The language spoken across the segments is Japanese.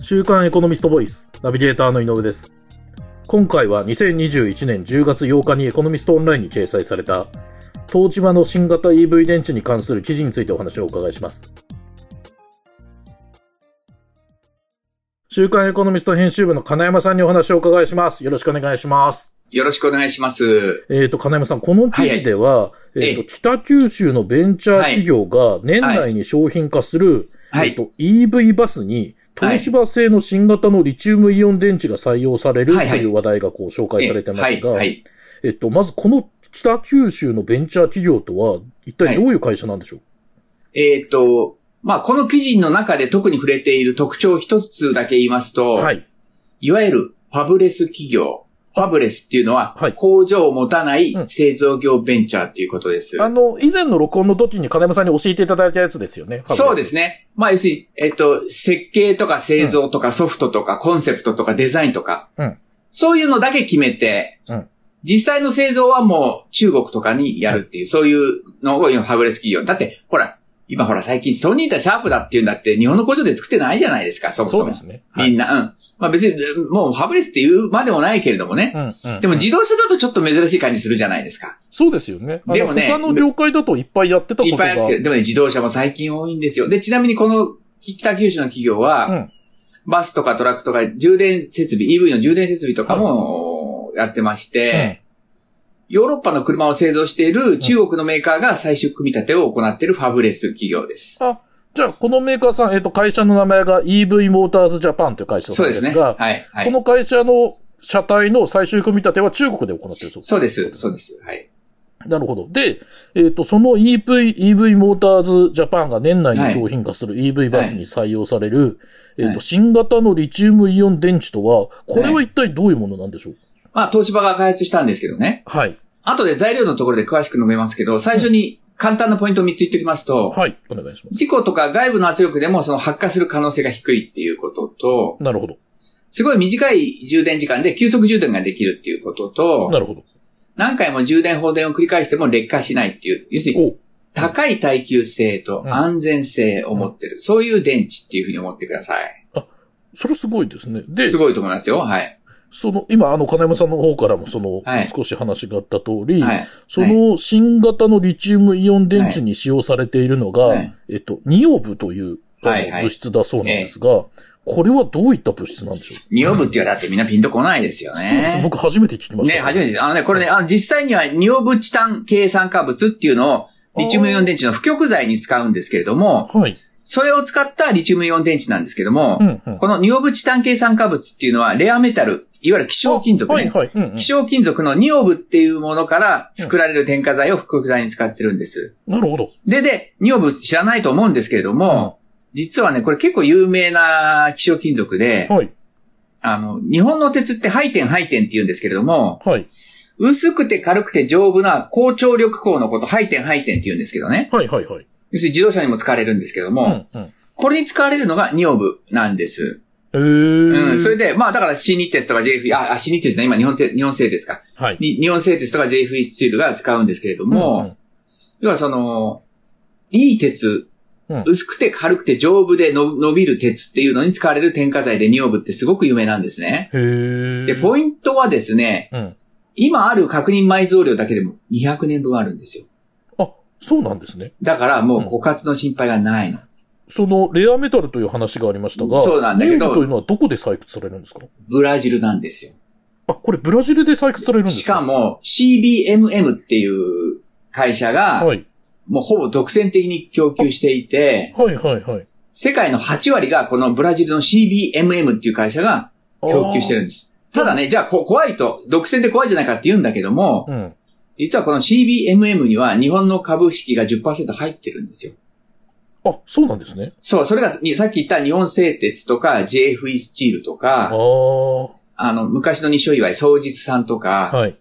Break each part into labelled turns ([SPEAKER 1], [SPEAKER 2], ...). [SPEAKER 1] 週刊エコノミストボイス、ナビゲーターの井上です。今回は2021年10月8日にエコノミストオンラインに掲載された、東芝の新型 EV 電池に関する記事についてお話をお伺いします。週刊エコノミスト編集部の金山さんにお話をお伺いします。よろしくお願いします。
[SPEAKER 2] よろしくお願いします。
[SPEAKER 1] えっ、と、金山さん、この記事では、
[SPEAKER 2] い
[SPEAKER 1] えっ、と、北九州のベンチャー企業が年内に商品化する、
[SPEAKER 2] はい
[SPEAKER 1] えっ、と、EV バスに、東芝製の新型のリチウムイオン電池が採用されると
[SPEAKER 2] はいはい
[SPEAKER 1] いう話題がこう紹介されてます
[SPEAKER 2] え
[SPEAKER 1] が
[SPEAKER 2] は、い、はい。
[SPEAKER 1] えっと、まずこの北九州のベンチャー企業とは、一体どういう会社なんでしょう
[SPEAKER 2] えっ、と、まあ、この記事の中で特に触れている特徴を一つだけ言いますと、、
[SPEAKER 1] はいい。
[SPEAKER 2] わゆるファブレス企業。ファブレスっていうのは、
[SPEAKER 1] はい
[SPEAKER 2] 工場を持たない
[SPEAKER 1] うん
[SPEAKER 2] 製造業ベンチャーっていうことです。
[SPEAKER 1] あの、以前の録音の時に金山さんに教えていただいたやつですよね。
[SPEAKER 2] そうです
[SPEAKER 1] ね。
[SPEAKER 2] ね。まあ、要するに、えっ、と、設計とか製造とかソフトとかコンセプトとかデザインとか、
[SPEAKER 1] うん
[SPEAKER 2] そういうのだけ決めて、
[SPEAKER 1] うん
[SPEAKER 2] 実際の製造はもう中国とかにやるっていう、そういうのを今ファブレス企業。だって、ほら、今ほら最近ソニーだシャープだっていうんだって日本の工場で作ってないじゃないですか、そもそ
[SPEAKER 1] そう
[SPEAKER 2] も。
[SPEAKER 1] ですね。はい
[SPEAKER 2] みんな、うん。まあ別に、もうファブレスっていうまでもないけれどもね。
[SPEAKER 1] うんうん
[SPEAKER 2] でも自動車だとちょっと珍しい感じするじゃないですか。
[SPEAKER 1] そうですよね。あの
[SPEAKER 2] でもね
[SPEAKER 1] 他の業界だといっぱいやってたこ
[SPEAKER 2] いっ
[SPEAKER 1] と
[SPEAKER 2] ぱいあ
[SPEAKER 1] が。
[SPEAKER 2] るんですけど、でもね、自動車も最近多いんですよ。で、ちなみにこの北九州の企業は、
[SPEAKER 1] うん
[SPEAKER 2] バスとかトラックとか充電設備、EV の充電設備とかもやってまして、ヨーロッパの車を製造している中国のメーカーが最終組み立てを行っているファブレス企業です。
[SPEAKER 1] あ、じゃあ、このメーカーさん、えっ、と、会社の名前が EV モーターズジャパンという会社
[SPEAKER 2] そ
[SPEAKER 1] さ
[SPEAKER 2] うんで
[SPEAKER 1] ですす
[SPEAKER 2] ね。
[SPEAKER 1] が、
[SPEAKER 2] はい。は
[SPEAKER 1] こ
[SPEAKER 2] い。
[SPEAKER 1] の会社の車体の最終組み立ては中国で行っているそうです。
[SPEAKER 2] そうです。そうです。はい。
[SPEAKER 1] なるほど。で、えっ、と、その EV、EV モーターズジャパンが年内に商品化する EV バスに採用される、えっ、
[SPEAKER 2] は
[SPEAKER 1] と、
[SPEAKER 2] い
[SPEAKER 1] 新型のリチウムイオン電池とは、これは一体どういうものなんでしょう
[SPEAKER 2] まあ、東芝が開発したんですけどね。
[SPEAKER 1] はい。
[SPEAKER 2] 後で材料のところで詳しく述べますけど、最初に簡単なポイントを3つ言っておきますと、
[SPEAKER 1] はい。お願いしま
[SPEAKER 2] 事故とか外部の圧力でもその発火する可能性が低いっていうことと、
[SPEAKER 1] す。なるほど。
[SPEAKER 2] すごい短い充電時間で急速充電ができるっていうことと、
[SPEAKER 1] なるほど。
[SPEAKER 2] 何回も充電放電を繰り返しても劣化しないっていう、要するに
[SPEAKER 1] おう
[SPEAKER 2] 高い耐久性
[SPEAKER 1] う
[SPEAKER 2] と
[SPEAKER 1] ん
[SPEAKER 2] 安全性を持ってる、そういう電池っていうふうに思ってください。
[SPEAKER 1] それすごいですね。で、
[SPEAKER 2] すごいと思いますよ。はい。
[SPEAKER 1] その、今、あの、金山さんの方からも、その、
[SPEAKER 2] はい
[SPEAKER 1] 少し話があった通り、
[SPEAKER 2] はい。
[SPEAKER 1] その新型のリチウムイオン電池に使用されているのが、
[SPEAKER 2] はい
[SPEAKER 1] えっと、ニオブというあの
[SPEAKER 2] はいはい
[SPEAKER 1] 物質だそうなんですが、これはどういった物質なんでしょう
[SPEAKER 2] ニオブっていうのはだってみんなピンとこないですよね。
[SPEAKER 1] そうです。僕初めて聞きました。
[SPEAKER 2] ね、初めてです。あのね、これね、あの、実際には、ニオブチタン系酸化物っていうのを、リチウムイオン電池の不極材に使うんですけれども、
[SPEAKER 1] はい。
[SPEAKER 2] それを使ったリチウムイオン電池なんですけども、
[SPEAKER 1] うんうん。
[SPEAKER 2] このニオブチタン系酸化物っていうのは、レアメタル、いわゆる希少金属
[SPEAKER 1] は
[SPEAKER 2] ね。
[SPEAKER 1] いはい。うんうん
[SPEAKER 2] 希少金属のニオブっていうものから作られる添加剤を不極材に使ってるんです。
[SPEAKER 1] なるほど。
[SPEAKER 2] で、で、ニオブ知らないと思うんですけれども、実はね、これ結構有名な希少金属で、
[SPEAKER 1] はい。
[SPEAKER 2] あの、日本の鉄ってハイテンハイテンって言うんですけれども、
[SPEAKER 1] はい。
[SPEAKER 2] 薄くて軽くて丈夫な高張力鋼のこと、ハイテンハイテンって言うんですけどね。
[SPEAKER 1] はいはいはい。
[SPEAKER 2] 要するに自動車にも使われるんですけども、
[SPEAKER 1] うんうん。
[SPEAKER 2] これに使われるのがニオブなんです。
[SPEAKER 1] え
[SPEAKER 2] うん、それ
[SPEAKER 1] で、
[SPEAKER 2] で、まあだから新日鉄とか JF、あ、あ新日鉄ね、今日本鉄、日本製鉄か。
[SPEAKER 1] はい。
[SPEAKER 2] に日本製鉄とか JF スチールが使うんですけれども、
[SPEAKER 1] うんうん
[SPEAKER 2] 要はその、いい鉄、
[SPEAKER 1] うん
[SPEAKER 2] 薄くて軽くて丈夫での伸びる鉄っていうのに使われる添加剤でニオブってすごく有名なんですね。
[SPEAKER 1] へー
[SPEAKER 2] で、ポイントはですね、
[SPEAKER 1] うん。
[SPEAKER 2] 今ある確認埋蔵量だけでも200年分あるんですよ。
[SPEAKER 1] あ、そうなんですね。
[SPEAKER 2] だからもう枯渇の心配がないの。
[SPEAKER 1] その、レアメタルという話がありましたが、
[SPEAKER 2] そうなんだけど
[SPEAKER 1] ニオブというのはどこで採掘されるんですか
[SPEAKER 2] ブラジルなんですよ。
[SPEAKER 1] あ、これブラジルで採掘されるんですか
[SPEAKER 2] しかも CBMM っていう会社が、
[SPEAKER 1] はい。
[SPEAKER 2] もうほぼ独占的に供給していて、
[SPEAKER 1] はいはいはい。
[SPEAKER 2] 世界の8割がこのブラジルの CBMM っていう会社が供給してるんです。ただね、じゃあこ怖いと、独占で怖いじゃないかって言うんだけども
[SPEAKER 1] あ、ー。うん。
[SPEAKER 2] 実はこの CBMM には日本の株式が10%入ってるんですよ。
[SPEAKER 1] あ、そうなんですね。
[SPEAKER 2] そう、それがにさっき言った日本製鉄とか JFE スチールと
[SPEAKER 1] あ
[SPEAKER 2] か、
[SPEAKER 1] あ。は
[SPEAKER 2] あの、昔の西尾祝い、総実さんとか、
[SPEAKER 1] い。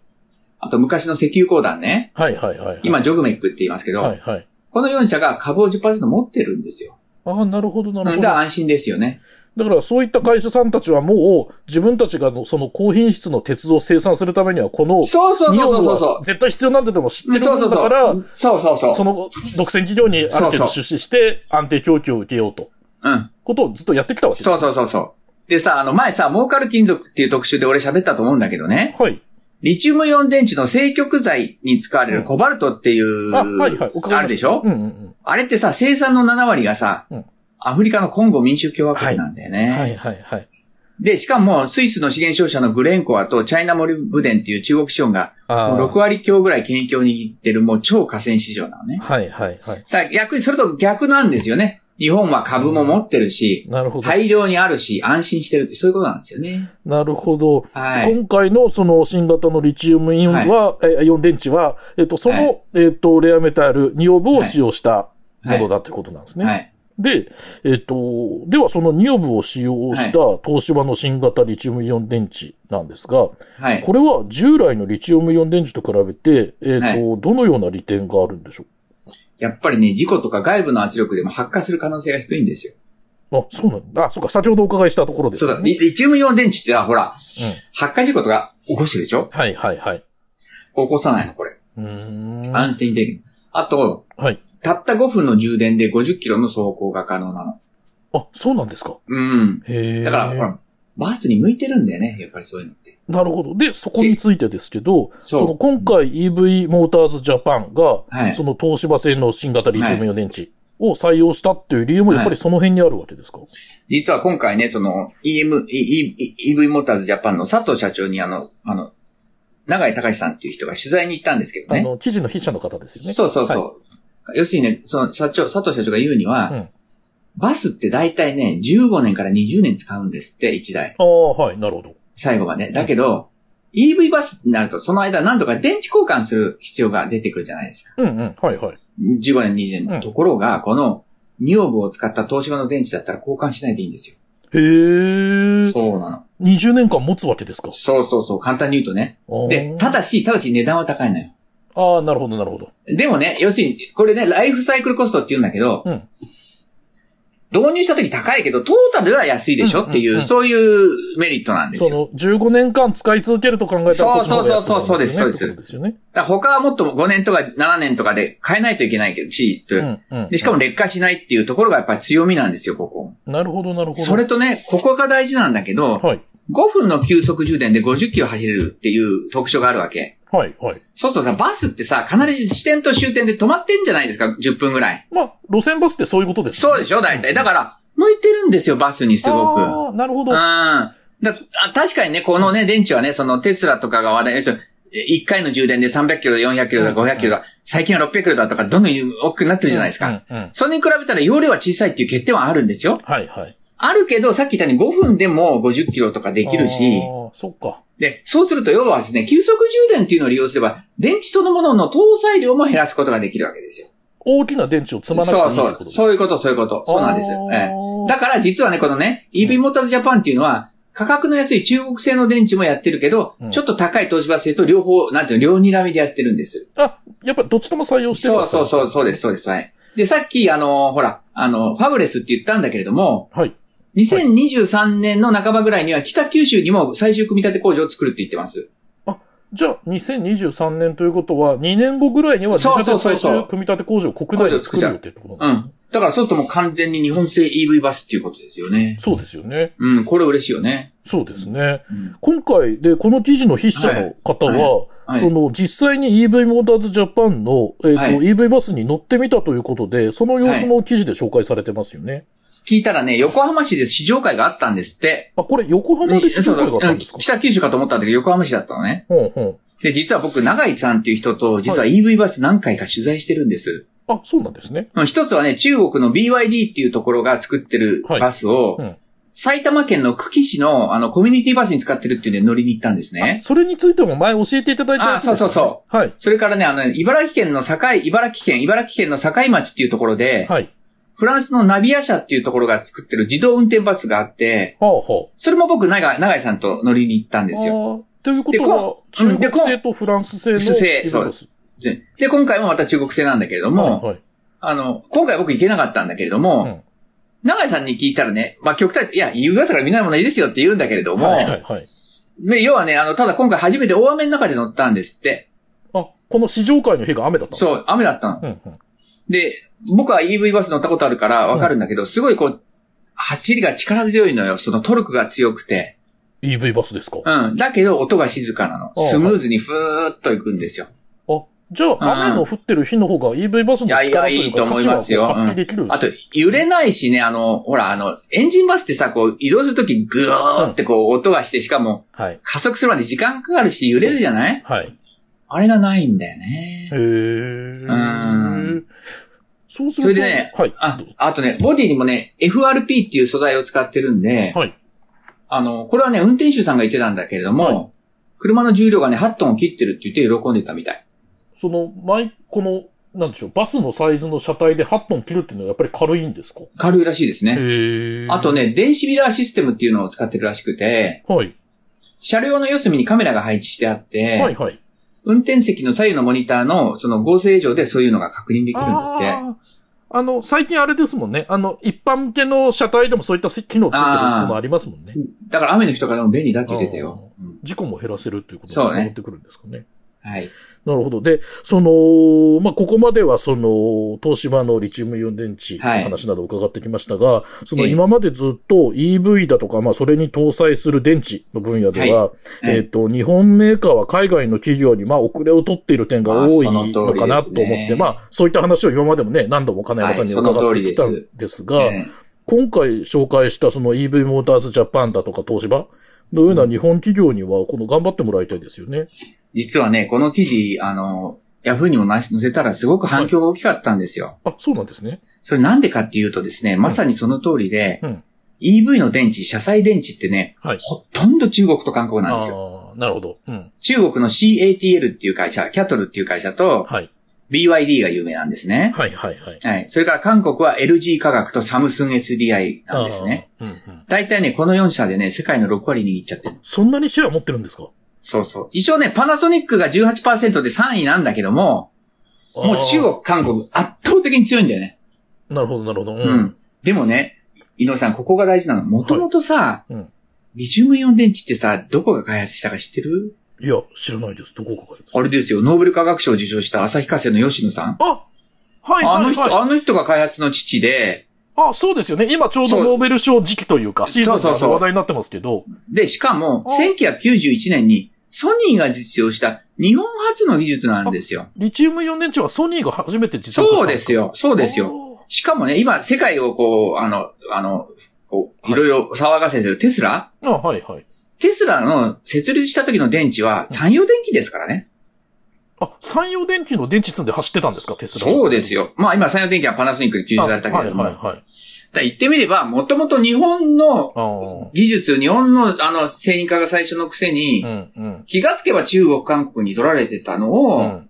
[SPEAKER 2] あと昔の石油鉱団ね。
[SPEAKER 1] はいはいはい。
[SPEAKER 2] 今、、ジョグメックって言いますけど、
[SPEAKER 1] はいはい。
[SPEAKER 2] この4社が株を10%持ってるんですよ。
[SPEAKER 1] ああ、なるほどな
[SPEAKER 2] う
[SPEAKER 1] る
[SPEAKER 2] ん
[SPEAKER 1] ほど。
[SPEAKER 2] だから安心ですよね。
[SPEAKER 1] だからそういった会社さんたちはもう、自分たちがのその高品質の鉄道を生産するためには、この、
[SPEAKER 2] そうそう
[SPEAKER 1] ニ
[SPEAKER 2] そ
[SPEAKER 1] オ
[SPEAKER 2] う
[SPEAKER 1] ン
[SPEAKER 2] そう
[SPEAKER 1] は
[SPEAKER 2] そ
[SPEAKER 1] 絶対必要なんだとも知っ
[SPEAKER 2] う。
[SPEAKER 1] てる
[SPEAKER 2] そうそ
[SPEAKER 1] も
[SPEAKER 2] うん
[SPEAKER 1] だ
[SPEAKER 2] そ
[SPEAKER 1] か
[SPEAKER 2] う
[SPEAKER 1] ら、。
[SPEAKER 2] そうそうそう。
[SPEAKER 1] その独占企業にある程度出資して安定供給を受けようと。
[SPEAKER 2] うん。
[SPEAKER 1] ことをずっとやってきたわけです。
[SPEAKER 2] そうそうそうそでさ、あの前さ、儲かる金属っていう特集で俺喋ったと思うんだけどね。
[SPEAKER 1] はい。
[SPEAKER 2] リチウムイオン電池の正極材に使われるコバルトっていう、
[SPEAKER 1] あ、はいはい。おかげさま
[SPEAKER 2] あるでしょ
[SPEAKER 1] うんうんうん。
[SPEAKER 2] あれってさ、生産の7割がさ、
[SPEAKER 1] うん
[SPEAKER 2] アフリカのコンゴ民主共和国なんだよね。
[SPEAKER 1] はいはいはい。
[SPEAKER 2] で、しかも、スイスの資源商社のグレンコアとチャイナモリブデンっていう中国資本が、
[SPEAKER 1] あ
[SPEAKER 2] もう6
[SPEAKER 1] ー
[SPEAKER 2] 割強ぐらい権益を握ってるもう超河川市場なのね。
[SPEAKER 1] はいはいはい。
[SPEAKER 2] だから逆に、それと逆なんですよね。日本は株も持ってるし、
[SPEAKER 1] なるほど。
[SPEAKER 2] 大量にあるし、安心してるって、そういうことなんですよね。
[SPEAKER 1] なるほど。
[SPEAKER 2] はい。
[SPEAKER 1] 今回のその新型のリチウムイオンは、えイオン電池は、えっと、その、
[SPEAKER 2] は
[SPEAKER 1] えっと、レアメタル、ニオブを使用したものだということなんですね。
[SPEAKER 2] はい。
[SPEAKER 1] で、えっと、ではそのニオブを使用した東芝の新型リチウムイオン電池なんですが、
[SPEAKER 2] はい。
[SPEAKER 1] これは従来のリチウムイオン電池と比べて、えっと、
[SPEAKER 2] はい
[SPEAKER 1] どのような利点があるんでしょ
[SPEAKER 2] やっぱりね、事故とか外部の圧力でも発火する可能性が低いんですよ。
[SPEAKER 1] うあ、そうなんだ。あ、そうか、先ほどお伺いしたところです
[SPEAKER 2] そう
[SPEAKER 1] ね。
[SPEAKER 2] だ、リリチウムイオン電池ってさ、ほら、
[SPEAKER 1] うん
[SPEAKER 2] 発火事故とか起こしてるでしょ
[SPEAKER 1] はいはいはい。
[SPEAKER 2] 起こさないの、これ。
[SPEAKER 1] うーん。
[SPEAKER 2] 安心できる。あと、
[SPEAKER 1] はい。
[SPEAKER 2] たった5分の充電で50キロの走行が可能なの。
[SPEAKER 1] あ、そうなんですか。
[SPEAKER 2] うん。
[SPEAKER 1] へえ。
[SPEAKER 2] だから、ほら、バスに向いてるんだよね、やっぱりそういうのって。
[SPEAKER 1] なるほど。で、そこについてですけど、
[SPEAKER 2] そう
[SPEAKER 1] その今回 EV モーターズジャパンが、
[SPEAKER 2] はい
[SPEAKER 1] その東芝製の新型リチウムイオン電池を採用したっていう理由もやっぱりその辺にあるわけですか、
[SPEAKER 2] 実は今回ね、その EM、E- E- EV モーターズジャパンの佐藤社長にあの、あの、長井隆さんっていう人が取材に行ったんですけど
[SPEAKER 1] あ
[SPEAKER 2] ね。
[SPEAKER 1] の、記事の筆者の方ですよね。
[SPEAKER 2] そうそうそう。要するにね、その社長、佐藤社長が言うには、
[SPEAKER 1] うん
[SPEAKER 2] バスって大体ね、15年から20年使うんですって、1台。
[SPEAKER 1] ああ、はい、なるほど。
[SPEAKER 2] 最後まで。だけど、EV バスになると、その間何度か電池交換する必要が出てくるじゃないですか。
[SPEAKER 1] うんうん、はいはい。
[SPEAKER 2] 15年、20年
[SPEAKER 1] うん
[SPEAKER 2] のところが、この、ニオブを使った東芝の電池だったら交換しないでいいんですよ。
[SPEAKER 1] へえ。20
[SPEAKER 2] そうなの。
[SPEAKER 1] 年間持つわけですか
[SPEAKER 2] そうそうそう、簡単に言うとね。
[SPEAKER 1] ああ
[SPEAKER 2] で、ただし、ただし値段は高いのよ。
[SPEAKER 1] ああ、なるほど、なるほど。
[SPEAKER 2] でもね、要するに、これね、ライフサイクルコストって言うんだけど、
[SPEAKER 1] うん
[SPEAKER 2] 導入した時高いけど、トータルでは安いでしょってい
[SPEAKER 1] う
[SPEAKER 2] う、
[SPEAKER 1] んうんうん
[SPEAKER 2] そういうメリットなんです
[SPEAKER 1] そ
[SPEAKER 2] よ。
[SPEAKER 1] の、15年間使い続けると考えたらこっちの方が安くなるんよね、
[SPEAKER 2] そうそうそうそうそうですそうです
[SPEAKER 1] ってことですよね。
[SPEAKER 2] だから他はもっと5年とか7年とかで変えないといけないけど、地位というう。
[SPEAKER 1] んうん。
[SPEAKER 2] で、しかも劣化しないっていうところがやっぱり強みなんですよ、ここ。
[SPEAKER 1] なるほど、なるほど。
[SPEAKER 2] それとね、ここが大事なんだけど、
[SPEAKER 1] はい。
[SPEAKER 2] 5分の急速充電で50キロ走れるっていう特徴があるわけ。
[SPEAKER 1] はい、はい。
[SPEAKER 2] そうするとさ、バスってさ、かなり支点と終点で止まってんじゃないですか、10分ぐらい。
[SPEAKER 1] まあ、路線バスってそういうことですよ
[SPEAKER 2] そう
[SPEAKER 1] ね
[SPEAKER 2] でしょ、大体。だから、向いてるんですよ、バスにすごく。
[SPEAKER 1] ああ、なるほど。
[SPEAKER 2] うん。
[SPEAKER 1] は
[SPEAKER 2] だあ確かにね、このね、電池はね、そのテスラとかが話題ですよ。1回の充電で300キロだ、400キロだ、500キロだ、最近は600キロだとか、どんどん大きくなってるじゃないですか。
[SPEAKER 1] うんうん。
[SPEAKER 2] それに比べたら容量は小さいっていう欠点はあるんですよ。
[SPEAKER 1] はいはい。
[SPEAKER 2] あるけど、さっき言ったように5分でも50キロとかで
[SPEAKER 1] で
[SPEAKER 2] きるし、
[SPEAKER 1] そっか。
[SPEAKER 2] で、そうすると要はですね、急速充電っていうのを利用すれば、電池そのものの搭載量も減らすことができるわけですよ。
[SPEAKER 1] 大きな電池を積まなくていい
[SPEAKER 2] そう
[SPEAKER 1] って
[SPEAKER 2] そ
[SPEAKER 1] こと
[SPEAKER 2] う、そういうこと、そういうこと。そうなんですよ。ええだから実はね、このね、EV モーターズジャパンっていうのは、価格の安い中国製の電池もやってるけど、
[SPEAKER 1] うん
[SPEAKER 2] ちょっと高い東芝製と両方、なんていうの、両睨みでやってるんです。
[SPEAKER 1] あ、やっぱどっちとも採用してる
[SPEAKER 2] そうそうそう、そうです、そうです。はい。で、さっき、あの、ほら、あの、ファブレスって言ったんだけれども、
[SPEAKER 1] はい。
[SPEAKER 2] 2023年の半ばぐらいには北九州にも最終組み立て工場を作るって言ってます。
[SPEAKER 1] じゃあ、2023年ということは、2年後ぐらいには自社
[SPEAKER 2] そ
[SPEAKER 1] で
[SPEAKER 2] うそうそ
[SPEAKER 1] 最
[SPEAKER 2] うそう
[SPEAKER 1] 終組み立て工場を国内で作る予定ってこと
[SPEAKER 2] う
[SPEAKER 1] なんですね
[SPEAKER 2] ん。だからそうするともう完全に日本製 EV バスっていうことですよね。
[SPEAKER 1] そうですよね。
[SPEAKER 2] うん、これ嬉しいよね。
[SPEAKER 1] そうですね。
[SPEAKER 2] うん。
[SPEAKER 1] 今回で、この記事の筆者の方は、
[SPEAKER 2] はいはい
[SPEAKER 1] その、実際に EV モーターズジャパンの、えっ、と、
[SPEAKER 2] はい
[SPEAKER 1] EV バスに乗ってみたということで、その様子も記事で紹介されてますよね。
[SPEAKER 2] 聞いたらね、横浜市で試乗会があったんですって。
[SPEAKER 1] あ、これ横浜で試乗会があったんです
[SPEAKER 2] そうそう
[SPEAKER 1] か
[SPEAKER 2] 北九州かと思ったんだけど、横浜市だったのね。
[SPEAKER 1] ほうほう。
[SPEAKER 2] で、実は僕、長井さんっていう人と、実は EV バス何回か取材してるんです。
[SPEAKER 1] あ、そうなんですね。
[SPEAKER 2] うん一つはね、中国の BYD っていうところが作ってる
[SPEAKER 1] はい
[SPEAKER 2] バスを、
[SPEAKER 1] うん
[SPEAKER 2] 埼玉県の久喜市の、あの、コミュニティバスに使ってるっていうんで乗りに行ったんですね。
[SPEAKER 1] それについても前教えていただいたやつですよね。
[SPEAKER 2] あそうそうそう
[SPEAKER 1] はい。
[SPEAKER 2] それからね、あの、茨城県の境、茨城県、茨城県の境町っていうところで、
[SPEAKER 1] はい。
[SPEAKER 2] フランスのナビア社っていうところが作ってる自動運転バスがあって、
[SPEAKER 1] はあは
[SPEAKER 2] それも僕、長井長井さんと乗りに行ったん
[SPEAKER 1] あ。
[SPEAKER 2] ですよ。
[SPEAKER 1] あーということ
[SPEAKER 2] で
[SPEAKER 1] は、
[SPEAKER 2] こん
[SPEAKER 1] 中
[SPEAKER 2] で
[SPEAKER 1] 国
[SPEAKER 2] こん
[SPEAKER 1] 製とフランス製の
[SPEAKER 2] 製
[SPEAKER 1] イベロス。
[SPEAKER 2] で、で今回もまた中国製なんだけれども、
[SPEAKER 1] はいはい。
[SPEAKER 2] あの、今回僕行けなかったんだけれども、長井さんに聞いたらね、まあ、極端に、いや、言うやつからみんなのものいいですよって言うんだけれども、
[SPEAKER 1] はいはいはい。
[SPEAKER 2] で要はね、あの、ただ今回初めて大雨の中で乗ったんですって。
[SPEAKER 1] あ、この試乗会の日が雨だったんですか
[SPEAKER 2] そう、雨だったの。
[SPEAKER 1] うんうん。
[SPEAKER 2] で、僕は EV バス乗ったことあるからわかるんだけど、すごいこう、走りが力強いのよ。そのトルクが強くて。
[SPEAKER 1] EV バスですか、あ、
[SPEAKER 2] うん。だけど音が静かなの。
[SPEAKER 1] あ
[SPEAKER 2] スムーズにふーっと行くんですよ。
[SPEAKER 1] じゃあ、雨の降ってる日の方が EV バスの力というか、
[SPEAKER 2] いやいやいいと思いますよ
[SPEAKER 1] 価値はこう発揮できる。
[SPEAKER 2] あと、揺れないしね、あの、ほら、あの、エンジンバスってさ、こう、移動するとき、ぐーってこう、音がして、しかも、
[SPEAKER 1] はい。
[SPEAKER 2] 加速するまで時間かかるし、揺れるじゃない
[SPEAKER 1] はい。
[SPEAKER 2] あれがないんだよね
[SPEAKER 1] へ。ー
[SPEAKER 2] うん
[SPEAKER 1] そうすると。
[SPEAKER 2] それでね
[SPEAKER 1] はい。
[SPEAKER 2] あ
[SPEAKER 1] どうぞ、
[SPEAKER 2] あとね、ボディにもね、FRP っていう素材を使ってるんで、
[SPEAKER 1] はい。
[SPEAKER 2] あの、これはね、運転手さんが言ってたんだけれども、
[SPEAKER 1] はい
[SPEAKER 2] 車の重量がね、8トンを切ってるって言って喜んでたみたい。
[SPEAKER 1] その、前、この、なんでしょう、バスのサイズの車体で8トン切るっていうのはやっぱり軽いんですか
[SPEAKER 2] 軽いらしいですね。
[SPEAKER 1] へ
[SPEAKER 2] あと。ね、電子ミラーシステムっていうのを使ってるらしくて、
[SPEAKER 1] はい。
[SPEAKER 2] 車両の四隅にカメラが配置してあって、
[SPEAKER 1] はいはい。
[SPEAKER 2] 運転席の左右のモニターのその合成上でそういうのが確認できるんだって。
[SPEAKER 1] あーあの、最近あれですもんね。あの、一般向けの車体でもそういった機能ついてるのもありますもんね。
[SPEAKER 2] だから雨の日とかでも便利だって言ってたよ。うん
[SPEAKER 1] 事故も減らせるということ
[SPEAKER 2] そう
[SPEAKER 1] に
[SPEAKER 2] ね
[SPEAKER 1] つながってくるんですかね。
[SPEAKER 2] はい。
[SPEAKER 1] なるほど。で、その、まあ、ここまではその、東芝のリチウムイオン電池の
[SPEAKER 2] はい
[SPEAKER 1] 話などを伺ってきましたが、その
[SPEAKER 2] ええ
[SPEAKER 1] 今までずっと EV だとか、まあ、それに搭載する電池の分野では、
[SPEAKER 2] いはい
[SPEAKER 1] えっ、と、日本メーカーは海外の企業に、まあ、遅れを取っている点が多い
[SPEAKER 2] あその通りですね
[SPEAKER 1] のかなと思って、まあ、そういった話を今までもね、何度も金山さんに
[SPEAKER 2] はいその
[SPEAKER 1] 伺って
[SPEAKER 2] 通り
[SPEAKER 1] き
[SPEAKER 2] です
[SPEAKER 1] たんですが、
[SPEAKER 2] ええ
[SPEAKER 1] 今回紹介したその EV モーターズジャパンだとか東芝のような日本企業には、この頑張ってもらいたいですよね。
[SPEAKER 2] 実はね、この記事、あの、ヤフーにもなし載せたらすごく反響が大きかったんですよ。
[SPEAKER 1] あ、そうなんですね。
[SPEAKER 2] それなんでかっていうとですね、まさにその通りで、
[SPEAKER 1] うん
[SPEAKER 2] EV の電池、車載電池ってね、
[SPEAKER 1] はい。
[SPEAKER 2] ほとんど中国と韓国なんですよ。
[SPEAKER 1] ああー、なるほど。うん。
[SPEAKER 2] 中国の CATL っていう会社、キャトルっていう会社と
[SPEAKER 1] はい。
[SPEAKER 2] BYD が有名なんですね。
[SPEAKER 1] はいはいはい。
[SPEAKER 2] はい。それから韓国は LG 科学とサムスン SDI なんですね。
[SPEAKER 1] あー。うんうん。
[SPEAKER 2] 大体ね、この4社でね、世界の6割握っちゃってる。
[SPEAKER 1] そんなにシェア持ってるんですか
[SPEAKER 2] そうそう。一応ね、パナソニックが18%で3位なんだけども、もう中
[SPEAKER 1] あ
[SPEAKER 2] 国、韓国、圧倒的に強いんだよね。
[SPEAKER 1] ーなるほどなるほど。う
[SPEAKER 2] うん。
[SPEAKER 1] ん。
[SPEAKER 2] でもね、井上さん、ここが大事なの。もともとさ、
[SPEAKER 1] はいうん
[SPEAKER 2] リチウムイオン電池ってさ、どこが開発したか知ってる
[SPEAKER 1] いや、知らないです。どこかか
[SPEAKER 2] あれですよ、ノーベル化学賞を受賞した旭化成の吉野さん。
[SPEAKER 1] あはい
[SPEAKER 2] あ
[SPEAKER 1] は
[SPEAKER 2] の
[SPEAKER 1] い
[SPEAKER 2] 人、
[SPEAKER 1] はい。
[SPEAKER 2] あの人が開発の父で、
[SPEAKER 1] あ、そうですよね。今ちょうど
[SPEAKER 2] そう
[SPEAKER 1] ノーベル賞時期というか、シーズン
[SPEAKER 2] そうそうそ
[SPEAKER 1] が
[SPEAKER 2] う
[SPEAKER 1] 話題になってますけど。
[SPEAKER 2] で、しかも、
[SPEAKER 1] あ
[SPEAKER 2] 1991年にソニーが実用した日本初の技術なんですよ。
[SPEAKER 1] リチウムイオン電池はソニーが初めて実装した
[SPEAKER 2] そうです
[SPEAKER 1] よ。
[SPEAKER 2] よ、そうですよ。
[SPEAKER 1] よ。
[SPEAKER 2] しかもね、今、世界をこう、あの、あの、こう、いろいろ騒がせてるテスラ
[SPEAKER 1] あ、はいはい。
[SPEAKER 2] テスラの設立した時の電池は産業電気ですからね。
[SPEAKER 1] あ、山陽電機の電池積んで走ってたんですか、テスラ。
[SPEAKER 2] そうです
[SPEAKER 1] よ。
[SPEAKER 2] よ。まあ今、産業電気はパナソニックに吸収されたけれども。
[SPEAKER 1] はい
[SPEAKER 2] だか
[SPEAKER 1] はいはい。
[SPEAKER 2] ら言ってみれば、もともと日本の
[SPEAKER 1] ああ。
[SPEAKER 2] 技術、日本のあの、製品化が最初のくせに
[SPEAKER 1] う、んうん。
[SPEAKER 2] 気がつけば中国、韓国に取られてたの
[SPEAKER 1] う
[SPEAKER 2] を、
[SPEAKER 1] ん。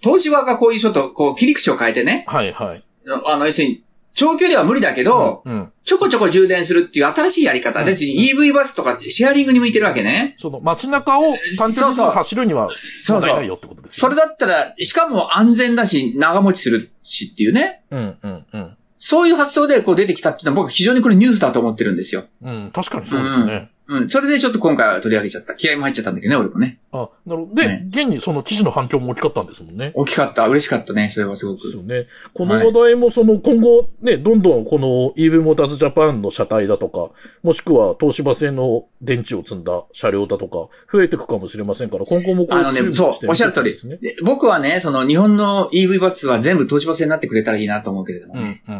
[SPEAKER 2] 東芝がこういうちょっと、こう、切り口を変えてね、
[SPEAKER 1] はいはい。
[SPEAKER 2] あの、要するに、長距離は無理だけど、
[SPEAKER 1] うんうん。
[SPEAKER 2] ちょこちょこ充電するっていう新しいやり方。
[SPEAKER 1] うん
[SPEAKER 2] 別に EV バスとかってシェアリングに向いてるわけね。
[SPEAKER 1] その街中を3キロずつ走るには
[SPEAKER 2] そ
[SPEAKER 1] 問
[SPEAKER 2] う
[SPEAKER 1] 題ない
[SPEAKER 2] そう。
[SPEAKER 1] よってことです
[SPEAKER 2] そ
[SPEAKER 1] よ
[SPEAKER 2] れ
[SPEAKER 1] ね。
[SPEAKER 2] だったら、しかも安全だし、長持ちするしっていうね。
[SPEAKER 1] うんうんうん。
[SPEAKER 2] そういう発想でこう出てきたっていうのは僕非常にこれニュースだと思ってるんですよ。
[SPEAKER 1] うん、確かにそうですね。
[SPEAKER 2] うん。それでちょっと今回は取り上げちゃった。気合も入っちゃったんだけどね、俺もね。
[SPEAKER 1] あ、なるほど。で、
[SPEAKER 2] ね
[SPEAKER 1] 現にその記事の反響も大きかったんですもんね。
[SPEAKER 2] 大きかった。嬉しかったね。それはすご
[SPEAKER 1] ですよ
[SPEAKER 2] く。
[SPEAKER 1] ね。この話題もその今後ね、どんどんこの EV モーターズジャパンの車体だとか、もしくは東芝製の電池を積んだ車両だとか、増えていくかもしれませんから、今後もこ
[SPEAKER 2] あ
[SPEAKER 1] う
[SPEAKER 2] のね
[SPEAKER 1] 注目
[SPEAKER 2] そう
[SPEAKER 1] して
[SPEAKER 2] おっしゃる通り
[SPEAKER 1] ですね。
[SPEAKER 2] で僕はね、その日本の EV バスは全部東芝製になってくれたらいいなと思うけれども
[SPEAKER 1] う
[SPEAKER 2] ね。
[SPEAKER 1] ん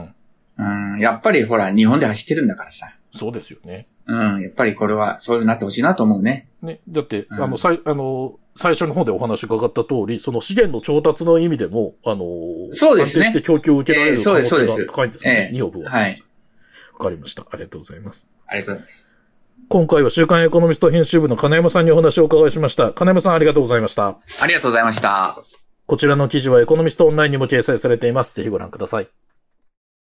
[SPEAKER 1] うん。
[SPEAKER 2] うん。やっぱりほら、日本で走ってるんだからさ。
[SPEAKER 1] そうですよね。
[SPEAKER 2] うん。やっぱりこれはそういうになってほしいなと思うね。
[SPEAKER 1] ね、だって、
[SPEAKER 2] うん
[SPEAKER 1] あの、さい、あの、最初の方でお話伺った通り、その資源の調達の意味でも、あの、
[SPEAKER 2] そうですね
[SPEAKER 1] 安定して供給を受けられ
[SPEAKER 2] え
[SPEAKER 1] る
[SPEAKER 2] え
[SPEAKER 1] 可
[SPEAKER 2] そう
[SPEAKER 1] 能
[SPEAKER 2] です
[SPEAKER 1] 性
[SPEAKER 2] そう
[SPEAKER 1] が
[SPEAKER 2] です
[SPEAKER 1] 高いんですね
[SPEAKER 2] え。え
[SPEAKER 1] 二億は。わ、
[SPEAKER 2] はい。
[SPEAKER 1] かりました。ありがとうございます。
[SPEAKER 2] ありがとうございます。
[SPEAKER 1] 今回は週刊エコノミスト編集部の金山さんにお話をお伺いしました。金山さんありがとうございました。
[SPEAKER 2] ありがとうございました。
[SPEAKER 1] こちらの記事はエコノミストオンラインにも掲載されています。ぜひご覧ください。